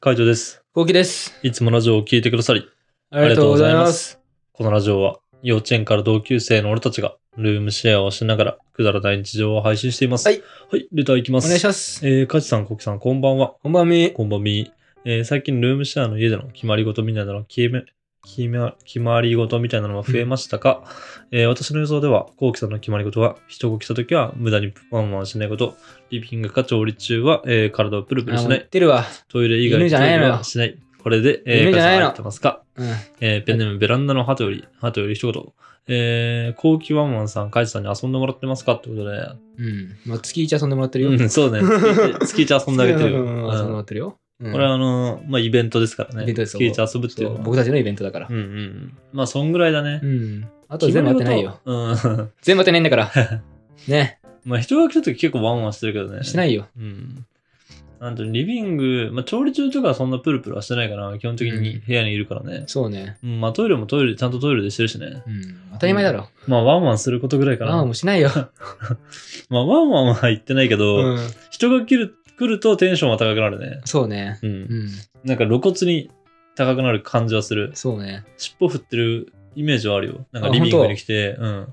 会長です。ゴキです。いつもラジオを聞いてくださり、ありがとうございます。このラジオは幼稚園から同級生の俺たちがルームシェアをしながらくだらない日常を配信しています。はい。はい、レターいきまおす。願いしまます。えー、カチさん、コキさん、こんばんは。こんばんみ。こんばんみ。えー、最近ルームシェアの家での決まり事みたいなの決め、決ま、決まり事みたいなのが増えましたか、えー私の予想では、コウキさんの決まり事は、人が来た時は無駄にワンワンしないこと、リビングか調理中は、えー体をプルプルあ、しもうな言いっ、てるわ。トイレ以外犬じゃないトのよイレはしない。これで、えー、犬じゃないカズさんの入ってますかうん。えーペンネーム、ベランダの鳩より、鳩より一言。えー、コウキワンワンさん、カイジさんに遊んでもらってますかってことで。うん。まあ、月一遊んでもらってるよ。うん、そうね。月一遊んであげて るよ。うんう遊んでもらんってるよ。うんこれはあのー、まあ、イベントですからイベね。ントです月一遊ぶっていそううのは僕たちのイベントだからうん。うん。まあ、そんぐらいだねう。ん。あとは全部当てないよ。決まり事。うん。 全部当てないんだから。ね。まあ、人が来た時結構ワンワンしてるけどね。しないよ。うん。なんと、リビング、まあ、調理中とかはそんなプルプルはしてないから、基本的にうん部屋にいるからね。そうね。うん、まあトイレもトイレでちゃんとトイレでしてるしね。うん。当たり前だろ。まあワンワンすることぐらいかな。ああ、もうしないよ。まあワンワンは言ってないけど、うん。人が来る来るとテンションは高くなるね。そうね。うん。うん。なんか露骨に高くなる感じはする。そうね。尻尾振ってるイメージはあるよ。なんかあリビング本当に来て、うん。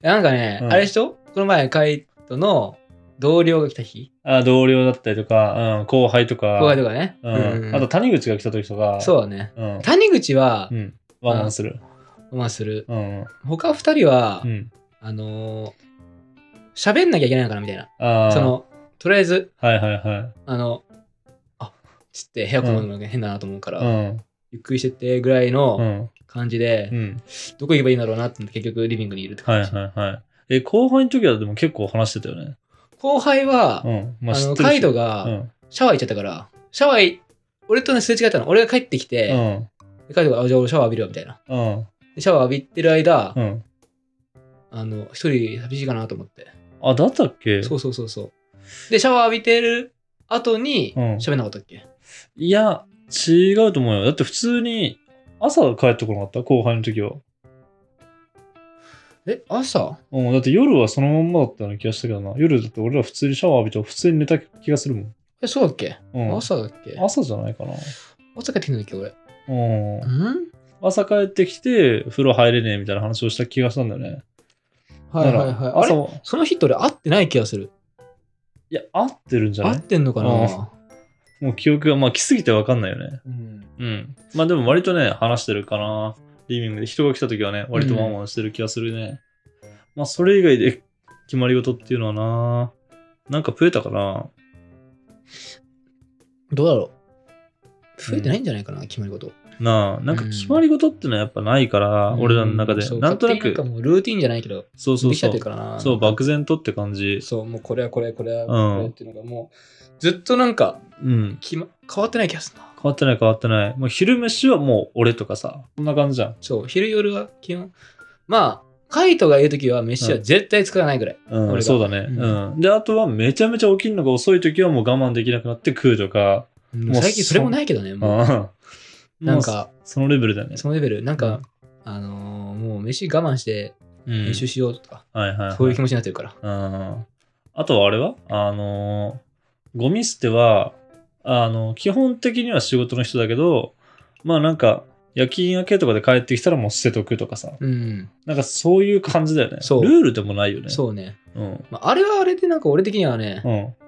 なんかね、うんあれでしょこの前、カイトの同僚が来た日。あ同僚だったりとか、うん、後輩とか、後輩とかね。うんあと谷口が来た時とか、そうだね。うん。谷口はう、ん。ワンワンする。まあする。うん。他二人はう、ん。あのー、喋んなきゃいけないのかなみたいな。ああ。そ、の、とりあえず、はいはいはい。あの、あつって部屋こもるのが変だなと思うから、うん。ゆっくりしてってぐらいうのん。感じで、うん。どこ行けばいいんだろうなって思って結局リビングにいるってはい感じ。はいはい。え、後輩の時はでも結構話してたよね。後輩は、うん。まあ知っの、てるしカイトうがん。シャワー行っちゃったから、シャワー、俺とね、すれ違ったの。俺が帰ってきうて、ん。でカイトが、あ、じゃあ俺シャワー浴びるわ、みたいな。うん。でシャワー浴びてる間う、ん。あの、一人寂しいかなと思って。あ、だったっけそうそうそうそう。で、シャワー浴びてる後に、うん喋んなかったっけいや、違うと思うよ。だって普通に朝帰ってこなかった後輩の時は。え、朝うん。だって夜はそのまんまだったような気がしたけどな。夜だって俺ら普通にシャワー浴びて普通に寝た気がするもん。え、そうだっけ、うん。朝だっけ朝じゃないかな。朝帰ってきたんだっけ俺。うん。ん朝帰ってきて、風呂入れねえみたいな話をした気がしたんだよね。はいはいだかはいら。あ朝れは、その日と俺会ってない気がする。いや、合ってるんじゃ合なっいてんのかなもう記憶が、まあ来すぎてわかんないよね。うん。うん。まあでも割とね、話してるかな。リビングで人が来た時はね、割とワンワンしてる気がするね。まあそれ以外で 決まり事っていうのはな、なんか増えたかな。どうだろう増えてないんじゃないかな、決まり事。なあ、なんか決まり事ってのはやっぱないから、俺らの中でう。なんとな勝手にくなん、かもうルーティンじゃないけど、そうそでうきちゃそってうる。からな。そう、漠然とって感じ。そう、もうこれはこれ、これはうんこれっていうのがもう、ずっとなんか、うん。決ま、変わってない気がするな。変わってない変わってない。もう昼飯はもう俺とかさ、そんな感じじゃん。そう、昼夜は基本。まあ、カイトがいるときは飯は絶対作らないぐらい。う俺ん、がそうだね、う。うんんで、あとはめちゃめちゃ起きるのが遅い時はもう我慢できなくなって食うとか。うんもう最近それもないけどね、うん。もう。なんもうか、そのレベルだよね。そのレベル、なんか、あのーもう飯我慢してうん練習しようとか、はいはい、はい。そういう気持ちになってるから。うんあとはあれはあのーゴミ捨ては、あの基本的には仕事の人だけど、まあなんか、夜勤明けとかで帰ってきたらもう捨てとくとかさ。うん、なんかそういう感じだよね。そうルールでもないよね。う。そうね。ん。まあ、あれはあれで、なんか俺的にはね、うん。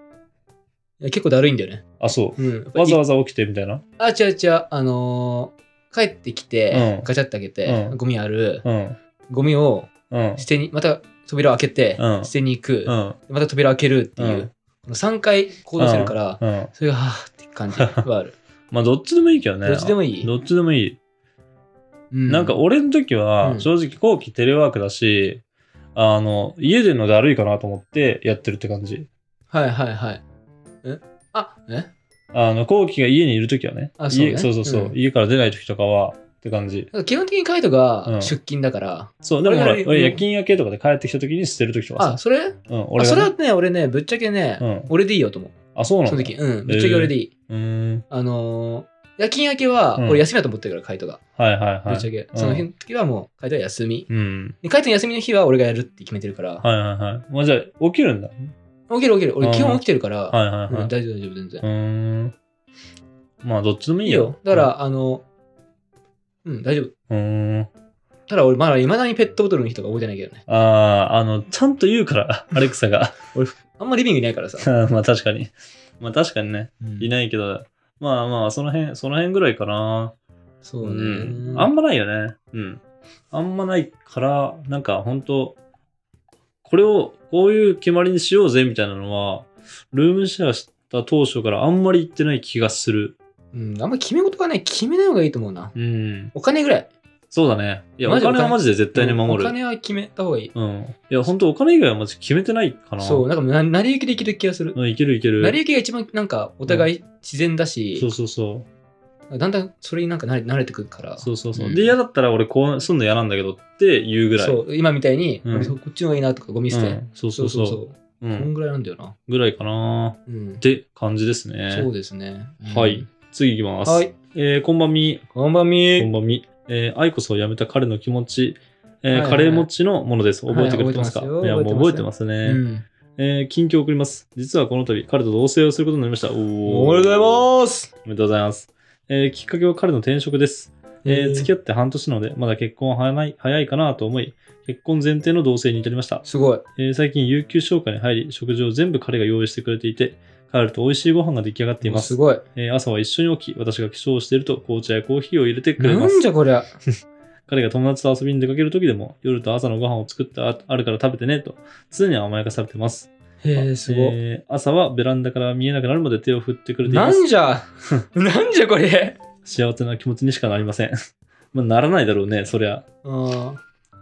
いや結構だるいんだよね。あ、そう。うん、わざわざ。ざ起きてみたいな。あ、違う違う、あのー帰ってきて、うんガチャって開けて、うんゴミある、うん。ゴミをうん。捨てに、また扉を開けて、うん捨てに行く、うん。また扉開けるっていう、うんこの3回行動してるから、うん。それが、はぁって感じはある。まあどっちでもいいけどね。どっちでもいいどっちでもいい。うん なんか、俺の時はうん正直後期テレワークだし、あの、家でのだるいかなと思ってやってるって感じ。はいはいはい。えあ、えあの、後期が家にいる時はね。あそうね家そうそうそう、うん家から出ない時とかはって感じ。なんか基本的にカイトうんが出勤だから、そう、でもほ俺ら、が俺夜勤明けとかで帰ってきた時に捨てる時とかあ、さ。それうん、あ俺そがれね、はね、俺ね、ぶっちゃけね、うん俺でいいよと思う。あ、そうなそののう時、うん、ぶっちゃけ俺でいい。ーん。あのー夜勤明けは、うん俺休みだと思ってるから、カイトが。はいはいぶはっちい。ゃけ。んその時はもう、カイトは休み。うん。でカイトの休みの日は俺がやるって決めてるから、はいはいはい。まあ、じゃあ、起きるんだ。起きる起きる。うん俺基本起きてるから、はいはいはういん、。大丈夫大丈夫、全然う。ーん。まあ、どっちでもいいいいよよ。。だから、あの、うん、大丈夫。うん、うーん。ただ俺、まだ未だにペットボトルの人が覚えてないけどね。ああー、あの、ちゃんと言うから、アレクサが。あんまリビングいないからさ。 まあ、確かに。まあ、確かにね。いい。ないけど、まあまあ、その辺、その辺ぐらいかな。そうね。うん。あんまないよね。うん。あんまないから、なんか本当これを、こういう決まりにしようぜみたいなのは、ルームシェアした当初からあんまり言ってない気がする。うん、あんま決め事がね、決めない方がいいと思うな。うん。お金ぐらい。そうだね。いや、おマジでお金金はマジで絶対に守おる。金は決めた方がいい。うん。いや、本当お金以外はマジ決めてないかな。そう、なんかな、成り行きでいける気がする。うん。いけるいける。成り行きが一番、なんか、お互い自然だし、そうそうそう。だんだんそれになんか慣れ慣れてくるから。そうそうそう。うんで、嫌だったら俺こうすんの嫌なんだけどって言うぐらい。そう今みたいに、うん俺こっちの方がいいなとか、ゴミ捨て。うんそうそうそう。うう。こんん。ぐらいなんだよな。ぐらいかな。うっ。んて感じですね。そうですね。うんはい。。次いきます。はい。えーこんばんみ。こんばんみこんばんみ。えー、愛こそを辞めた彼の気持ち、えーはいはいカレー持ちのものです。覚えてくれてますか、はいい覚えてますや、よもう覚えてますね。うん。えー近況を送ります。実はこの度、彼と同棲をすることになりました。おーます。おめでとうございます。えーきっかけは彼の転職です。えー付き合って半年なので、まだ結婚は早い早いかなと思い、結婚前提の同棲に至りました。すごい。えー最近、有給消化に入り、食事を全部彼が用意してくれていて、彼と美味しいご飯が出来上がっています。ごい。えー朝は一緒に起き、私が起床していると紅茶やコーヒーを入れてくれなまんすじ。ゃこりゃ。彼が友達と遊びに出かける時でも、夜と朝のご飯を作ってああるから食べてねと、常に甘やかされてます。へえ、すごい。えー朝はベランダから見えなくなるまで手を振ってくれていなます。ん じゃなんじゃこれ幸せな気持ちにしかなりません。 まあ、ならないだろうね、そりゃ。うん。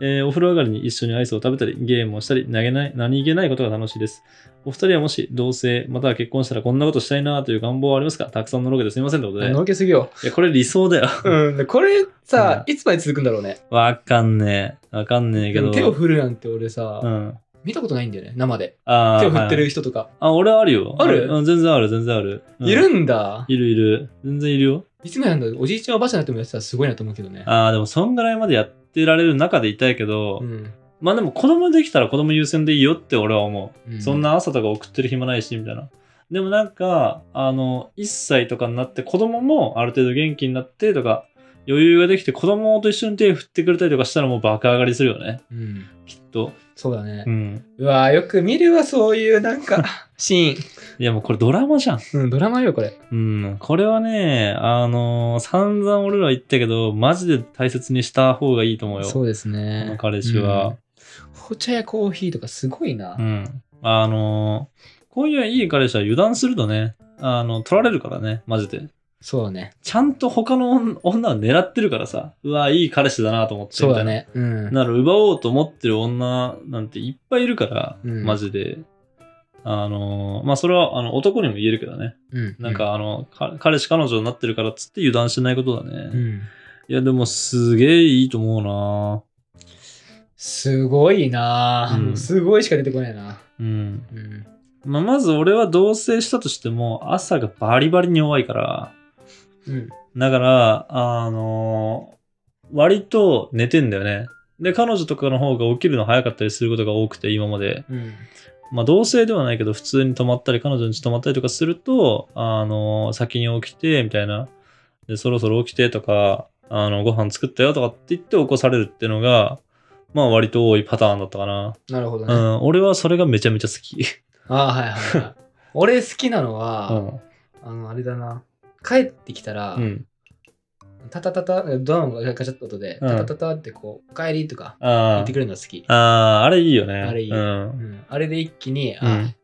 えーお風呂上がりに一緒にアイスを食べたり、ゲームをしたり、投げない、何気ないことが楽しいです。お二人はもし、同棲、または結婚したらこんなことしたいなという願望はありますかたくさんのロケですみませんってことで。のろけすぎよ。いや、これ理想だよ。 うん。でこれさ、ういつまで続くんだろうね。わかんねえ。わかんねえけでど。も手を振るなんて俺さ、うん。見たことないんだよね、生で。あー手を振ってはいる人とか。あ、俺あるよ。あるうん、全然ある、全然ある。うんいるんだ。いるいる。全然いるよ。いつまでなんだろうおじいちゃんおばあちゃんになってもやってたらすごいなと思うけどね。ああ、でもそんぐらいまでやってられる中でいたいけど、うん。まあでも子供できたら子供優先でいいよって俺は思う。うんそんな朝とか送ってる暇ないし、みたいな。でもなんか、あの、1歳とかになって子供もある程度元気になってとか、余裕ができて子供と一緒に手振ってくれたりとかしたらもう爆上がりするよね。うん。きっと。そうだねう。ん。うわーよく見るわ、そういうなんか、 シいやもうこれドラマじゃん。ーン。うん、ドラマよ、これ。うん、これはね、あのー散々俺ら言ったけど、マジで大切にした方がいいと思うよ。そうですこのね。彼氏は。紅茶やコーヒーとかすごいな。うん。あのーこういういい彼氏は油断するとね、あの、取られるからね、マジで。そうだね。ちゃんと他の女女を狙ってるからさ、うわ、いい彼氏だなと思って、そうだみね。うんたい。な。なる奪おうと思ってる女なんていっぱいいるから、うんマジで。あのーまあ、それは、あの、男にも言えるけどね。うん。なんか、あの、か彼氏彼女になってるからっつって油断しないことだね。うん、いや、でも、すげえいいと思すごいな、うんすごいしか出てこないな。うな。うん。うん。まあ、まず、俺は同棲したとしても、朝がバリバリに弱いから、うん。だから、あのー割と寝てんだよね。で、彼女とかの方が起きるの早かったりすることが多くて、今まで。うん。まあ、同棲ではないけど、普通に泊まったり、彼女に泊まったりとかすると、あのー先に起きて、みたいな。で、そろそろ起きてとか、あの、ご飯作ったよとかって言って起こされるっていうのが、まあ、割と多いパターンだったかな。なるほどうね。あん、俺はそれがめちゃめちゃ好き。あ、はいはいはい。 俺好きなのうは、ん。あの、あれだな。帰ってきたら、うん、タタタタ、ドアのガチャッと音で、うんタタタタってこう、お帰りとか言あってくれるのが好きあ。。ああ、あれいいよね。あれいいうん。 うん、あれで一気に、うんあ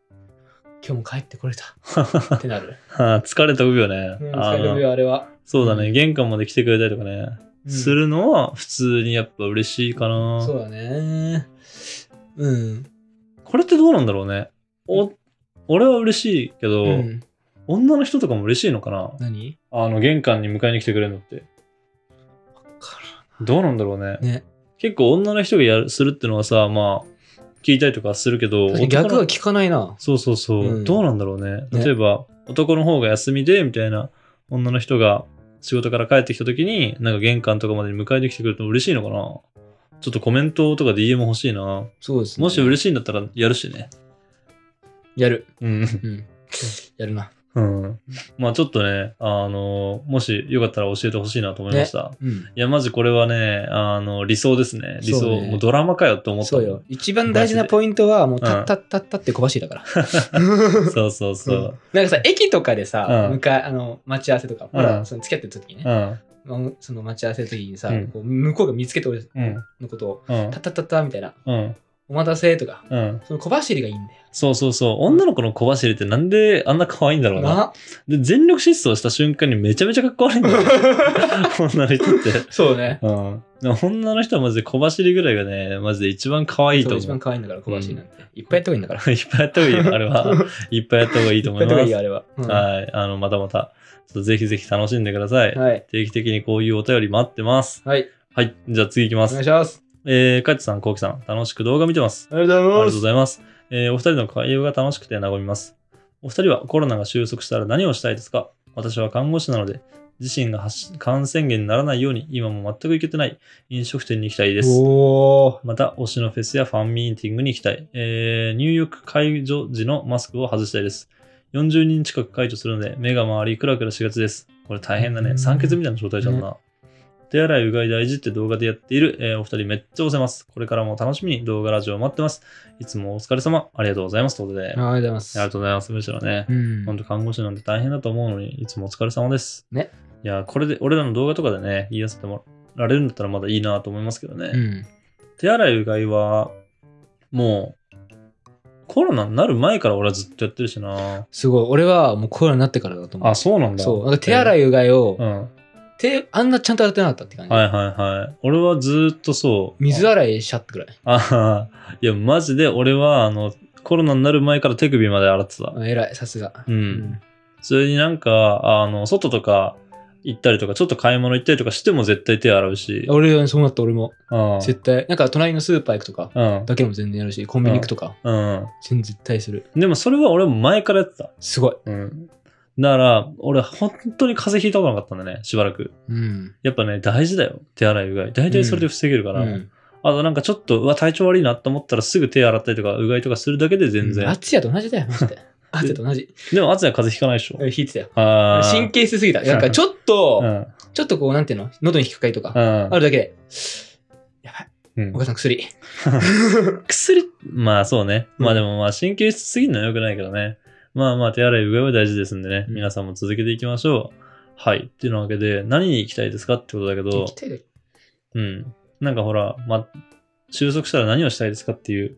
今日も帰ってこれた ってなる。ああ疲れ飛ぶよね。うん、あ疲れるよ、あれは。のそうだうね。玄関まで来てくれたりとかね。うんするのは普通にやっぱ嬉しいかな。そうだね。うん。これってどうなんだろうね。お俺は嬉しいけど、うん、女の人とかも嬉しいのかな何あの、玄関に迎えに来てくれるのって。どうなんだろうね。ね。結構女の人がやるするってのはさ、まあ、聞いたりとかするけど、確かに男逆のは聞かないな。そうそうそう、うんどうなんだろうねね例えば、男の方が休みでみたいな女の人が仕事から帰ってきた時になんか玄関とかまでに迎えに来てくれると嬉しいのかなちょっとコメントとか DM 欲しいなそうですね。もし嬉しいんだったらやるしねやる。うんうん。やるな。うん。まあちょっとね、あの、もしよかったら教えてほしいなと思いました。うん。いや、まずこれはね、あの、理想ですね。理想。そうねもうドラマかよって思ったそも。うんよ。一番大事なポイントは、もう、たったったったって小走りだから。 そうそうそうんう。なんかさ、駅とかでさ、うん向かいあの待ち合わせとか、ほうら、んその付き合ってる時にうね、ん。まあその待ち合わせの時にさ、うんこう向こうが見つけて俺うん。のことを、うんた。ったったったみたいな、うん。お待たせとか、うん。その小走りがいいんだよ。そうそうそう。女の子の小走りってなんであんな可愛いんだろうな。なで、全力疾走した瞬間にめちゃめちゃかっこ悪いんだよ。 女の人って。そうね。うん。でも女の人はマジで小走りぐらいがね、マジで一番可愛いとそう思う。一番可愛いんだから、小走りなんて。いっぱいやった方がいいんだから。いっぱいやった方がいい よ、あれは。いっぱいやった方がいいと思いいっぱまやった方がいいす。よあれは。うんはい。あの、またまた、ちょっとぜひぜひ楽しんでください。はい。定期的にこういうお便り待ってます。はい。はい。じゃあ次行きまお願すい。します。えー、かいちさん、こうきさん、楽しく動画見てます。ありがとあうりがとうごす。ざいます。えー、お二人の会話が楽しくて和みます。お二人はコロナが収束したら何をしたいですか私は看護師なので、自身が発し感染源にならないように今も全く行けてない飲食店に行きたいです。おー。また、推しのフェスやファンミーティングに行きたい。えー、入浴解除時のマスクを外したいです。40人近く解除するので、目が回り、クラクラしがちです。これ大変だうね。ん酸欠みたいな状態じゃんな。手洗い、うがい大事って動画でやっている、えーお二人めっちゃ押せます。これからも楽しみに動画ラジオを待ってます。いつもお疲れ様。ありがとうございます。ということで、ありあがとうございますり。がとうございます。むしろね。うん本当看護師なんて大変だと思うのに、いつもお疲れ様です。ね。いや、これで、俺らの動画とかでね、言い出せてもられるんだったらまだいいなと思いますけどね。うん。手洗いうがいはもうコロナになる前から俺はずっとやってるしなすごい。俺はもうコロナになってからだと思う。あそうなんだそう。なんか手洗い、い、うがいをう、ん、はい手、あんなちゃんとやってなかったって感じ。はいはい俺はずっとそう水あ洗いしちゃってくらい。あいやマジで俺はあのコロナになる前から手首まで洗ってた、えらい、さすが。うんそれになんかあの外とか行ったりとかちょっと買い物行ったりとかしても絶対手洗うしうん俺はそうなった、俺も。うん絶対。なんか隣のスーパー行くとか、うんだけでも全然やるし、コンビニ行くとか、うん、全然絶対する。でもそれは俺も前からやってた、すごい。うん、だから俺本当に風邪ひいたことなかったんだねしばらくうん。やっぱね、大事だよ。手洗いうがい。大体それで防げるから。うんあとなんかちょっと、うわ、体調悪いなと思ったらすぐ手洗ったりとか、うがいとかするだけで全然。暑やと同じだよ、マ ジで。暑やと同じ。でも、あつや風邪ひかないでしょ。引いてたよ。あー神経質すぎた。なんかちょっと、うん。ちょっとこう、なんていうの喉に引っかかりとか、うんあるだけで、やばい、うんお母さん薬。薬まあそうね。うんまあでもまあ神経質すぎるのは良くないからね。まあまあ手洗いうがいは大事ですんでね。うん皆さんも続けていきましょう。はい。っていうわけで、何に行きたいですかってことだけど行き、たいだけうん。なんかほら、まあ、収束したら何をしたいですかっていう。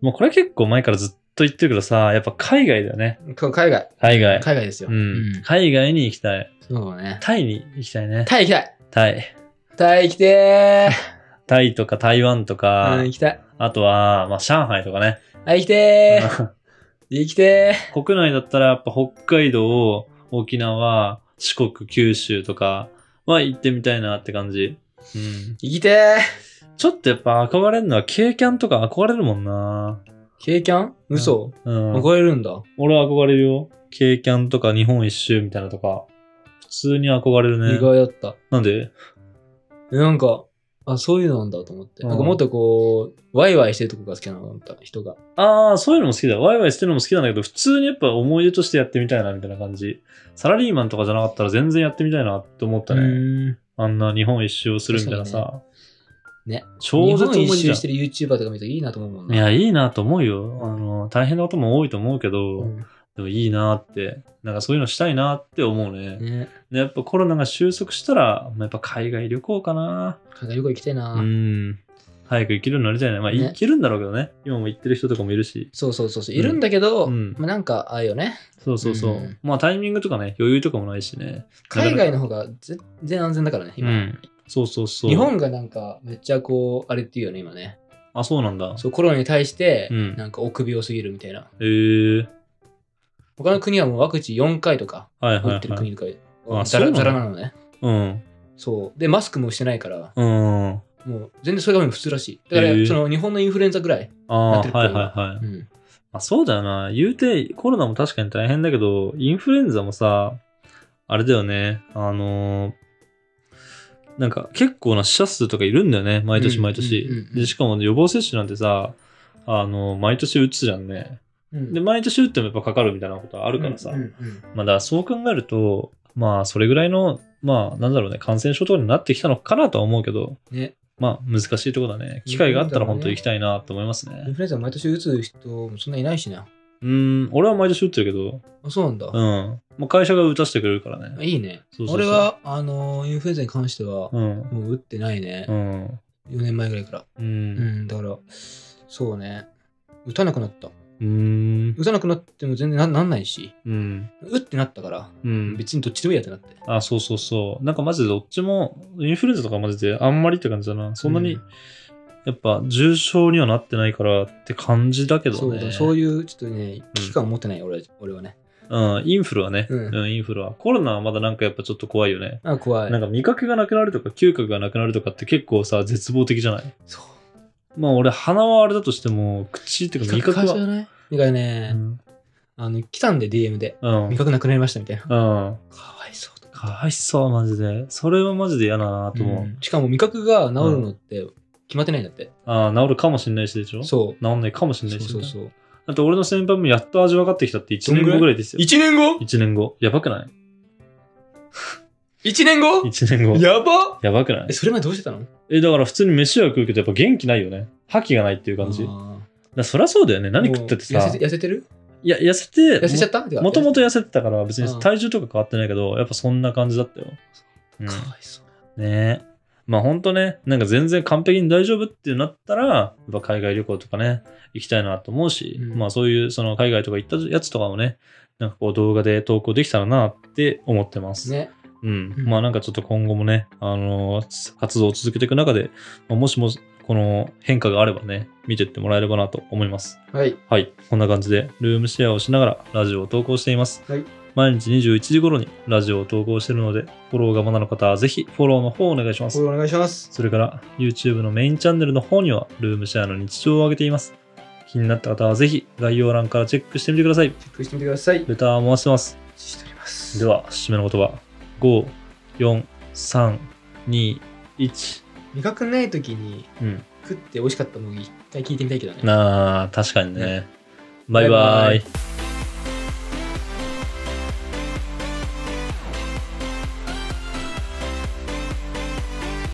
もうこれ結構前からずっと言ってるけどさ、やっぱ海外だよね。こ海外。海外。海外ですよ。うんうん海外に行きたい。そうね。タイに行きたいね。タイ行きたい。タイ。タイ行きてタイとか台湾とー。か、うん、行きたい。あとは、まあ、上海とかね。あ、行きてー。行きて 国内だったらやっぱ北海道、沖縄、四国、九州とかは行ってみたいなって感じ。うん。ー。行きてちょっとやっぱ憧れるのは経験とか憧れるもんな。ー。経験嘘、うん。憧れるんだ。俺は憧れるよ。経験とか日本一周みたいなとか。普通に憧れ意るね。外だった。なんでえなんか、あ、そういうのなんだと思って。うんなんかもっとこう、ワイワイしてるとこが好きなのだった、人が。ああ、そういうのも好きだ。ワイワイしてるのも好きなんだけど、普通にやっぱ思い出としてやってみたいな、みたいな感じ。サラリーマンとかじゃなかったら全然やってみたいなって思ったうね。ーんあんな日本一周をするみたいなさ。ね。超絶日面本白一周いしてる YouTuber とか見たらいいなと思うもんいや、な。いいなと思うよ。あの、大変なことも多いと思うけど、うんでもいいなって。なんかそういうのしたいなって思うね。ね。でやっぱコロナが収束したら、まあやっぱ海外旅行かな。海外旅行行きたいな。うん。早く行けるようになりたいね。まあ、ね行けるんだろうけどね。今も行ってる人とかもいるし。そうそうそうそう。いるんだけど、うんまあ、なんか、ああよね。そうそうそう。うんまあ、タイミングとかね、余裕とかもないしね。海外のの方が全然安全だからね、う今。ん。そうそうそう。日本がなんか、めっちゃこう、あれっていうよね、今ね。あ、そうなんだ。そう、コロナに対して、うんなんか臆病すぎるみたいな。へえー。他の国はもうワクチン4回とかはいはい打ってるはい。国とか、あザそうなラのザラなのね。うん。そう。で、マスクもしてないから、うん。あもう全然それが普通らしい。だから、へーその日本のインフルエンザぐらい。なっあてるー、国はいはいはい。うん。まあ、そうだよな。言うて、コロナも確かに大変だけど、インフルエンザもさ、あれだよね。あのーなんか結構な死者数とかいるんだよね。毎年毎年うんうんうんう。んでしかも予防接種なんてさ、あのー毎年打つじゃんね。うんで、毎年打ってもやっぱかかるみたいなことはあるからさ。うんうんうんまあだからそう考えると、まあそれぐらいの、まあなんだろうね、感染症とかになってきたのかなとは思うけど、ね、まあ難しいとこだね。機会があったら本当に行きたいなと思いますインね。フルエンザ毎年打つ人もそんないないしな。うん、俺は毎年打ってるけど、あそうなんだ。うん。まあ会社が打たせてくれるからね。いいね。そうそうそう俺は、あのー、インフルエンザに関しては、うん。もう打ってないねう。ん。 4年前ぐらいから。う。うんん、だから、そうね。打たなくなった。うん。打たなくなっても全然ななんないし、うん。打ってなったから、うん。別にどっちでもいいやってなって。あ、そうそうそう。なんかマジでどっちも、インフルエンザとかマジであんまりって感じだな。そんなに、うんやっぱ重症にはなってないからって感じだけどね。そうだ、そういうちょっとね、危機感を持ってない、俺は俺はね。うん、インフルはね、ううんん、インフルは。コロナはまだなんかやっぱちょっと怖いよね。あ怖なんい。か味覚がなくなるとか嗅覚がなくなるとかって結構さ、絶望的じゃないそう。まあ俺鼻はあれだとしても、口っていうか味覚じゃは。ないだからうね、ん。あの、来たんで DM で、うん。う味ん。覚なくなりましたみたいな。かかわいそうとか。わいそう、マジで。それはマジで嫌だなと思う。うんしかも味覚が治るのって決まってないんだって。ああ、治るかもしんないしでしょそう。治んないかもしんなそういし。そうそう。だって俺の先輩もやっと味分かってきたって1年後ぐらいですよ。 1年後1年後。やばくない ?1 年後 ?1 年後。やばやばくないえ、それまでどうしてたのえ、だから普通に飯は食うけどやっぱ元気ないよね。覇気がないっていう感じ。あだかーらそりゃそうだよね。何食っててもう痩させ。て痩せてるいや、痩せて、痩せちゃったもともと。と痩せてたから別うんに体重とか変わってないけど、やっぱそんな感じだったよ。うんかわいそう。ねえ。まあほんとね、なんか全然完璧に大丈夫ってなったら、やっぱ海外旅行とかね、行きたいなと思うし、うんまあそういうその海外とか行ったやつとかもね、なんかこう動画で投稿できたらなって思ってます。ね。うんうんまあなんかちょっと今後もね、あのー活動を続けていく中で、まあもしもこの変化があればね、見てってもらえればなと思います。はい。はい、こんな感じでルームシェアをしながらラジオを投稿しています。はい毎日21時頃にラジオを投稿しているので、フォローがまだの方はぜひフォローの方をお願いしまこすれ。お願いします。それから YouTube のメインチャンネルの方にはルームシェアの日常を上げています。気になった方はぜひ概要欄からチェックしてみてください。チェックしてみてください。レターを回してます。しております。では、締めの言葉。5、4、3、2、1。味覚ない時にうん。食って美味しかったもの一回聞いてみたいけどね。なあ、確かにね。バイババイバイイ。